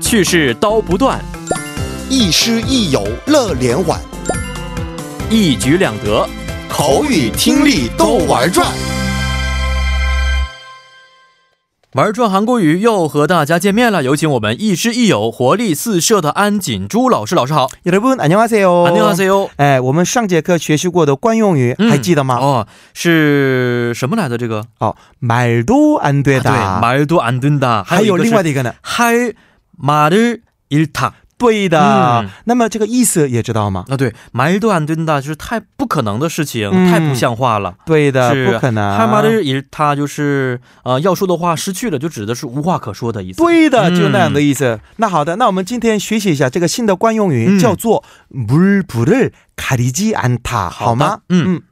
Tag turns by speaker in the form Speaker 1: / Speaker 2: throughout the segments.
Speaker 1: 去世刀不断，
Speaker 2: 亦师亦友乐连环，
Speaker 1: 一举两得。
Speaker 2: 口语听力都玩转。
Speaker 1: 玩转韩国语又和大家见面了，有请我们亦师亦友、活力四射的安锦珠老师。老师好，
Speaker 3: 여러분 안녕하세요. 예,
Speaker 1: 안녕하세요。 음.
Speaker 3: 哎，我们上节课学习过的惯用语、还记得吗？
Speaker 1: 哦，是什么来的？这个啊
Speaker 3: 哦， 어, 말도안
Speaker 1: 对，
Speaker 3: 되 다。
Speaker 1: 말도안된다。
Speaker 3: 还有另外的
Speaker 1: 一
Speaker 3: 一个呢，
Speaker 1: 할말을잃다。
Speaker 3: 对的
Speaker 1: 嗯。
Speaker 3: 那么这个意思也知道吗？
Speaker 1: 啊，对，말도안된다就是太不可能的事情，
Speaker 3: 嗯啊
Speaker 1: 太不像话了。
Speaker 3: 对
Speaker 1: 是
Speaker 3: 的，不可能。
Speaker 1: 할말을잃다就是呃，要说的话失去了，就指的是无话可说的意思。
Speaker 3: 对的，
Speaker 1: 嗯
Speaker 3: 就那样的意思。那好的，那我们今天学习一下这个新的惯用
Speaker 1: 嗯
Speaker 3: 语，叫做물불을가리지않
Speaker 1: 好
Speaker 3: 다， 음.
Speaker 1: 的
Speaker 3: 好吗？
Speaker 1: 嗯，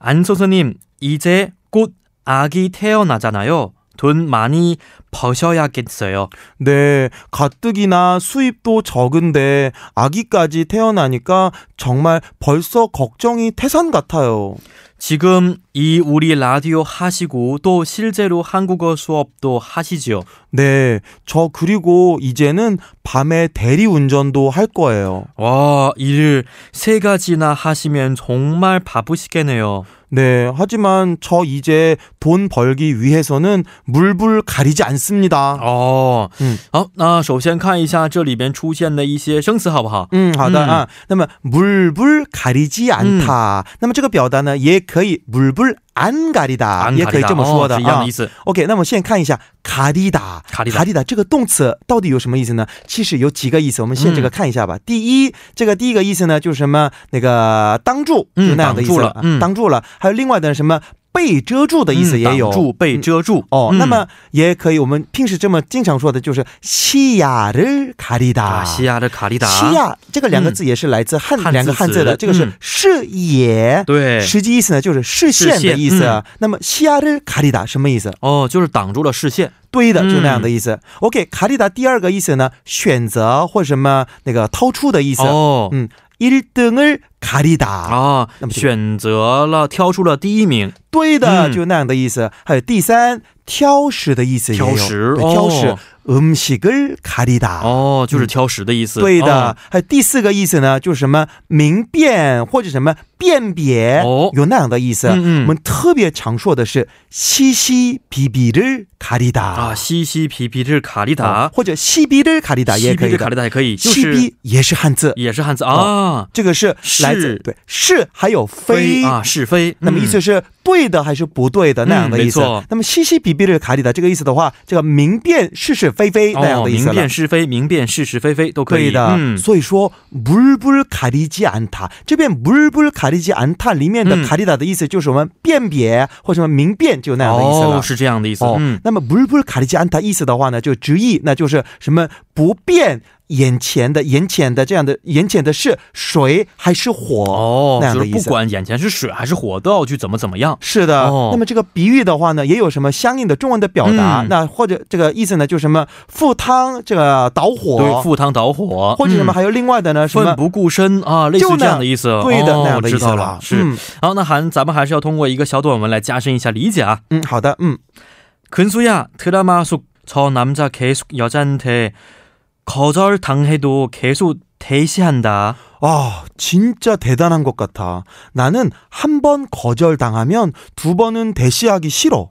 Speaker 1: 안 선생님, 이제 곧 아기 태어나잖아요. 돈 많이 버셔야겠어요.
Speaker 3: 네, 가뜩이나 수입도 적은데 아기까지 태어나니까 정말 벌써 걱정이 태산 같아요.
Speaker 1: 지금 이 우리 라디오 하시고 또 실제로 한국어 수업도 하시지요.
Speaker 3: 네, 저 그리고 이제는 밤에 대리 운전도 할 거예요.
Speaker 1: 와, 일을 세 가지나 하시면 정말 바쁘시겠네요.
Speaker 3: 네, 하지만 저 이제 돈 벌기 위해서는 물불 가리지 않습니다.
Speaker 1: 哦，
Speaker 3: 嗯
Speaker 1: 好，那首先看一下这里边出现的一些生词，好不好？嗯。
Speaker 3: 음, 하다. 음. 아, 물불 가리지 않다. 那么这个表达呢，也可以 예, 물불 안 가리다. 예, 어,
Speaker 1: 安卡利达
Speaker 3: 아, 也可以这么说的。
Speaker 1: 哦是一样的意思。
Speaker 3: OK，那么先看一下卡迪达，
Speaker 1: 卡迪达
Speaker 3: 这个动词到底有什么意思呢？其实有几个意思，我们先这
Speaker 1: 嗯
Speaker 3: 个看一下吧。第一，这个第一个意思呢，就是什么那个当住，
Speaker 1: 嗯
Speaker 3: 就那样的意思啊
Speaker 1: 挡住了嗯
Speaker 3: 挡住了。还有另外的什么被遮住的意思也有。
Speaker 1: 挡住被遮住。
Speaker 3: 哦、
Speaker 1: 嗯
Speaker 3: 那么也可以，我们平时这么经常说的就是西亚的卡迪达，
Speaker 1: 啊，西亚的卡利达，嗯
Speaker 3: 西亚这个两个字也是来自汉、
Speaker 1: 汉字
Speaker 3: 两个汉字
Speaker 1: 词
Speaker 3: 的，这个
Speaker 1: 嗯
Speaker 3: 是视野。
Speaker 1: 对，
Speaker 3: 实际意思呢，就是视
Speaker 1: 视
Speaker 3: 线的
Speaker 1: 线
Speaker 3: 意思。啊
Speaker 1: 嗯
Speaker 3: 那么西亚的卡迪达什么意思？
Speaker 1: 哦，就是挡住了视线。
Speaker 3: 对的，就那
Speaker 1: 嗯
Speaker 3: 样的意思。OK，卡里达第二个意思呢，选择或什么那个掏出的意思。
Speaker 1: 哦，
Speaker 3: 嗯，一등을卡里达，
Speaker 1: 啊，
Speaker 3: 那么这个
Speaker 1: 选择了挑出了第一名，
Speaker 3: 对的，
Speaker 1: 嗯
Speaker 3: 就那样的意思。还有第三，挑食的意思也有，
Speaker 1: 挑食
Speaker 3: 对
Speaker 1: 哦
Speaker 3: 挑食，음식을卡里达。
Speaker 1: 哦，就是哦挑食的意思。
Speaker 3: 啊对的，还有第四个意思呢，就是什么明辨或者什么辨别，
Speaker 1: 哦
Speaker 3: 有那样的意思。
Speaker 1: 嗯嗯
Speaker 3: 我们特别常说的是西西比比的卡里达
Speaker 1: 哦啊，西西皮皮这是卡利达
Speaker 3: 哦，或者西比的卡里达也
Speaker 1: 西
Speaker 3: 可
Speaker 1: 皮
Speaker 3: 以
Speaker 1: 这
Speaker 3: 的
Speaker 1: 卡利。达也可以，就
Speaker 3: 西
Speaker 1: 是
Speaker 3: 逼也是汉字，
Speaker 1: 也是汉字啊，
Speaker 3: 这个是
Speaker 1: 是
Speaker 3: 来自对是还有非
Speaker 1: 啊，是非。
Speaker 3: 那么意思
Speaker 1: 嗯
Speaker 3: 是对的还是不对的、那样的意
Speaker 1: 嗯
Speaker 3: 思
Speaker 1: 没错。
Speaker 3: 那么西西比比的卡里的这个意思的话，这个明辨是是非非那样
Speaker 1: 哦，
Speaker 3: 的意思
Speaker 1: 明
Speaker 3: 了。
Speaker 1: 辨是非，明辨是是非非都可以
Speaker 3: 对的，
Speaker 1: 嗯，
Speaker 3: 所以说물불가리지않다这边물불가리지않다里面的
Speaker 1: 嗯
Speaker 3: 卡里达的意思就是我们辨别或什么明辨就那样的意思了。
Speaker 1: 哦，是这样的意思。
Speaker 3: 哦，
Speaker 1: 嗯，
Speaker 3: 那么不是不是卡利吉安塔意思的话呢，就直译那就是什么不变眼前的眼前的这样的眼前的是水还是火？
Speaker 1: 哦
Speaker 3: 那，样
Speaker 1: 就
Speaker 3: 的
Speaker 1: 是
Speaker 3: 意
Speaker 1: 不
Speaker 3: 思
Speaker 1: 管眼前是水还是火，都要去怎么怎么样。
Speaker 3: 是的、
Speaker 1: 哦
Speaker 3: 那么这个比喻的话呢，也有什么相应的中文的表达？
Speaker 1: 嗯
Speaker 3: 那或者这个意思呢，就是什么赴汤这个导
Speaker 1: 对，
Speaker 3: 火，
Speaker 1: 赴汤蹈火，
Speaker 3: 或者什么、
Speaker 1: 嗯
Speaker 3: 还有另外的呢，什
Speaker 1: 奋
Speaker 3: 么
Speaker 1: 不顾身啊，类似
Speaker 3: 就
Speaker 1: 这
Speaker 3: 那
Speaker 1: 样的意思。
Speaker 3: 对的、
Speaker 1: 哦、
Speaker 3: 那样的意
Speaker 1: 我
Speaker 3: 思
Speaker 1: 知道了。是，
Speaker 3: 嗯
Speaker 1: 好，那还咱们还是要通过一个小短文来加深一下理解啊。
Speaker 3: 嗯，好的，嗯，
Speaker 1: 근수야 드라마 속 저 남자 계속 여자한테 거절 당해도 계속 대시한다.
Speaker 3: 아啊 진짜 대단한 것 같아. 나는 한 번 거절 당하면 두 번은 대시하기 싫어.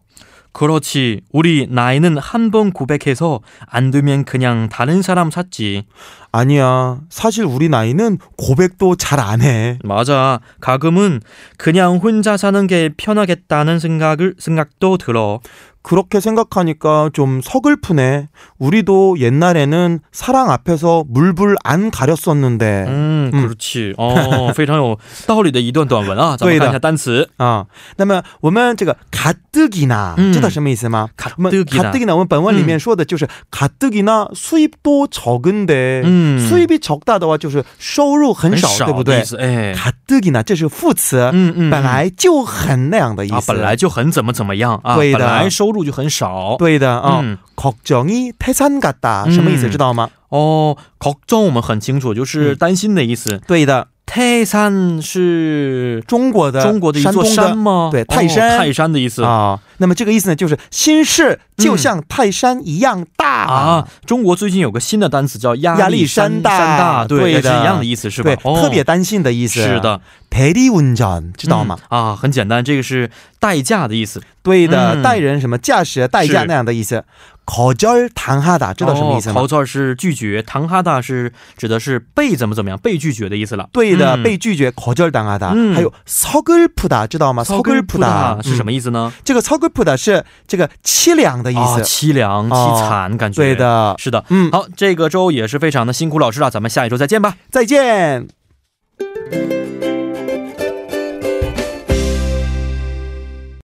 Speaker 1: 그렇지. 우리 나이는 한 번 고백해서 안 되면 그냥 다른 사람 샀지.
Speaker 3: 아니야. 사실 우리 나이는 고백도 잘 안 해.
Speaker 1: 맞아. 가끔은 그냥 혼자 사는 게 편하겠다는 생각을 생각도 들어.
Speaker 3: 그렇게 생각하니까 좀 서글프네. 우리도 옛날에는 사랑 앞에서 물불 안 가렸었는데.
Speaker 1: 嗯，
Speaker 3: 嗯
Speaker 1: 可是哦， 음， 어， 非常有道理的一段短文啊。咱们
Speaker 3: 对的
Speaker 1: 看一下单词，
Speaker 3: 啊，那么我们这个卡德吉娜
Speaker 1: 嗯
Speaker 3: 知道什么意思吗？
Speaker 1: 卡
Speaker 3: 我们
Speaker 1: 德吉
Speaker 3: 卡
Speaker 1: 娜
Speaker 3: 德。吉娜，我们本文里面说的就是卡德吉娜，수입도적은데，
Speaker 1: 嗯
Speaker 3: 네。 수입이적다的话就是收入很
Speaker 1: 很
Speaker 3: 少，
Speaker 1: 少
Speaker 3: 对不
Speaker 1: 的
Speaker 3: 对
Speaker 1: 意？思哎，
Speaker 3: 卡德吉娜这是副词，
Speaker 1: 嗯嗯，
Speaker 3: 本来就很那样的意思，
Speaker 1: 啊，本来就很怎么怎么样啊，
Speaker 3: 对的
Speaker 1: 本来收入就很少。
Speaker 3: 对的啊。
Speaker 1: 嗯，
Speaker 3: 걱정이 태산 같다
Speaker 1: 嗯。
Speaker 3: 什么意思知道吗？嗯
Speaker 1: 哦，걱정我们很清楚，就是担心的意思。
Speaker 3: 对的，
Speaker 1: 泰山是
Speaker 3: 中国的
Speaker 1: 中国的一座
Speaker 3: 山
Speaker 1: 山
Speaker 3: 东
Speaker 1: 吗？
Speaker 3: 对泰山
Speaker 1: 哦泰山的意思
Speaker 3: 的啊。那么这个意思呢，就是心事就像泰山一样大、
Speaker 1: 啊。中国最近有个新的单词叫压
Speaker 3: 压力山
Speaker 1: 山
Speaker 3: 大
Speaker 1: 大，
Speaker 3: 对
Speaker 1: 对，也是
Speaker 3: 的
Speaker 1: 一样的意思，是吧
Speaker 3: 对？，
Speaker 1: 哦
Speaker 3: 特别担心的意思。
Speaker 1: 是，的，
Speaker 3: 陪力文章知道吗？
Speaker 1: 嗯？啊，很简单，这个是代驾的意思，
Speaker 3: 对的，
Speaker 1: 嗯
Speaker 3: 代人什么驾驶、代驾
Speaker 1: 是
Speaker 3: 那样的意思。口交儿谈哈达，知道什么意思吗？
Speaker 1: 考错哦是拒绝，唐哈达是指的是被怎么怎么样，被拒绝的意思了。
Speaker 3: 对的，
Speaker 1: 嗯
Speaker 3: 被拒绝口交儿谈哈达。
Speaker 1: 嗯
Speaker 3: 还有骚哥普达，知道吗？骚哥普达
Speaker 1: 是什么
Speaker 3: 意
Speaker 1: 意思呢？
Speaker 3: 嗯这个骚哥普达是这个凄凉的意
Speaker 1: 啊，
Speaker 3: 思。
Speaker 1: 凄凉、
Speaker 3: 哦
Speaker 1: 凄惨，感觉。
Speaker 3: 对，的，
Speaker 1: 是的。
Speaker 3: 嗯，
Speaker 1: 好，这个周也是非常的辛苦老师了，咱们下一周再见吧。
Speaker 3: 再见。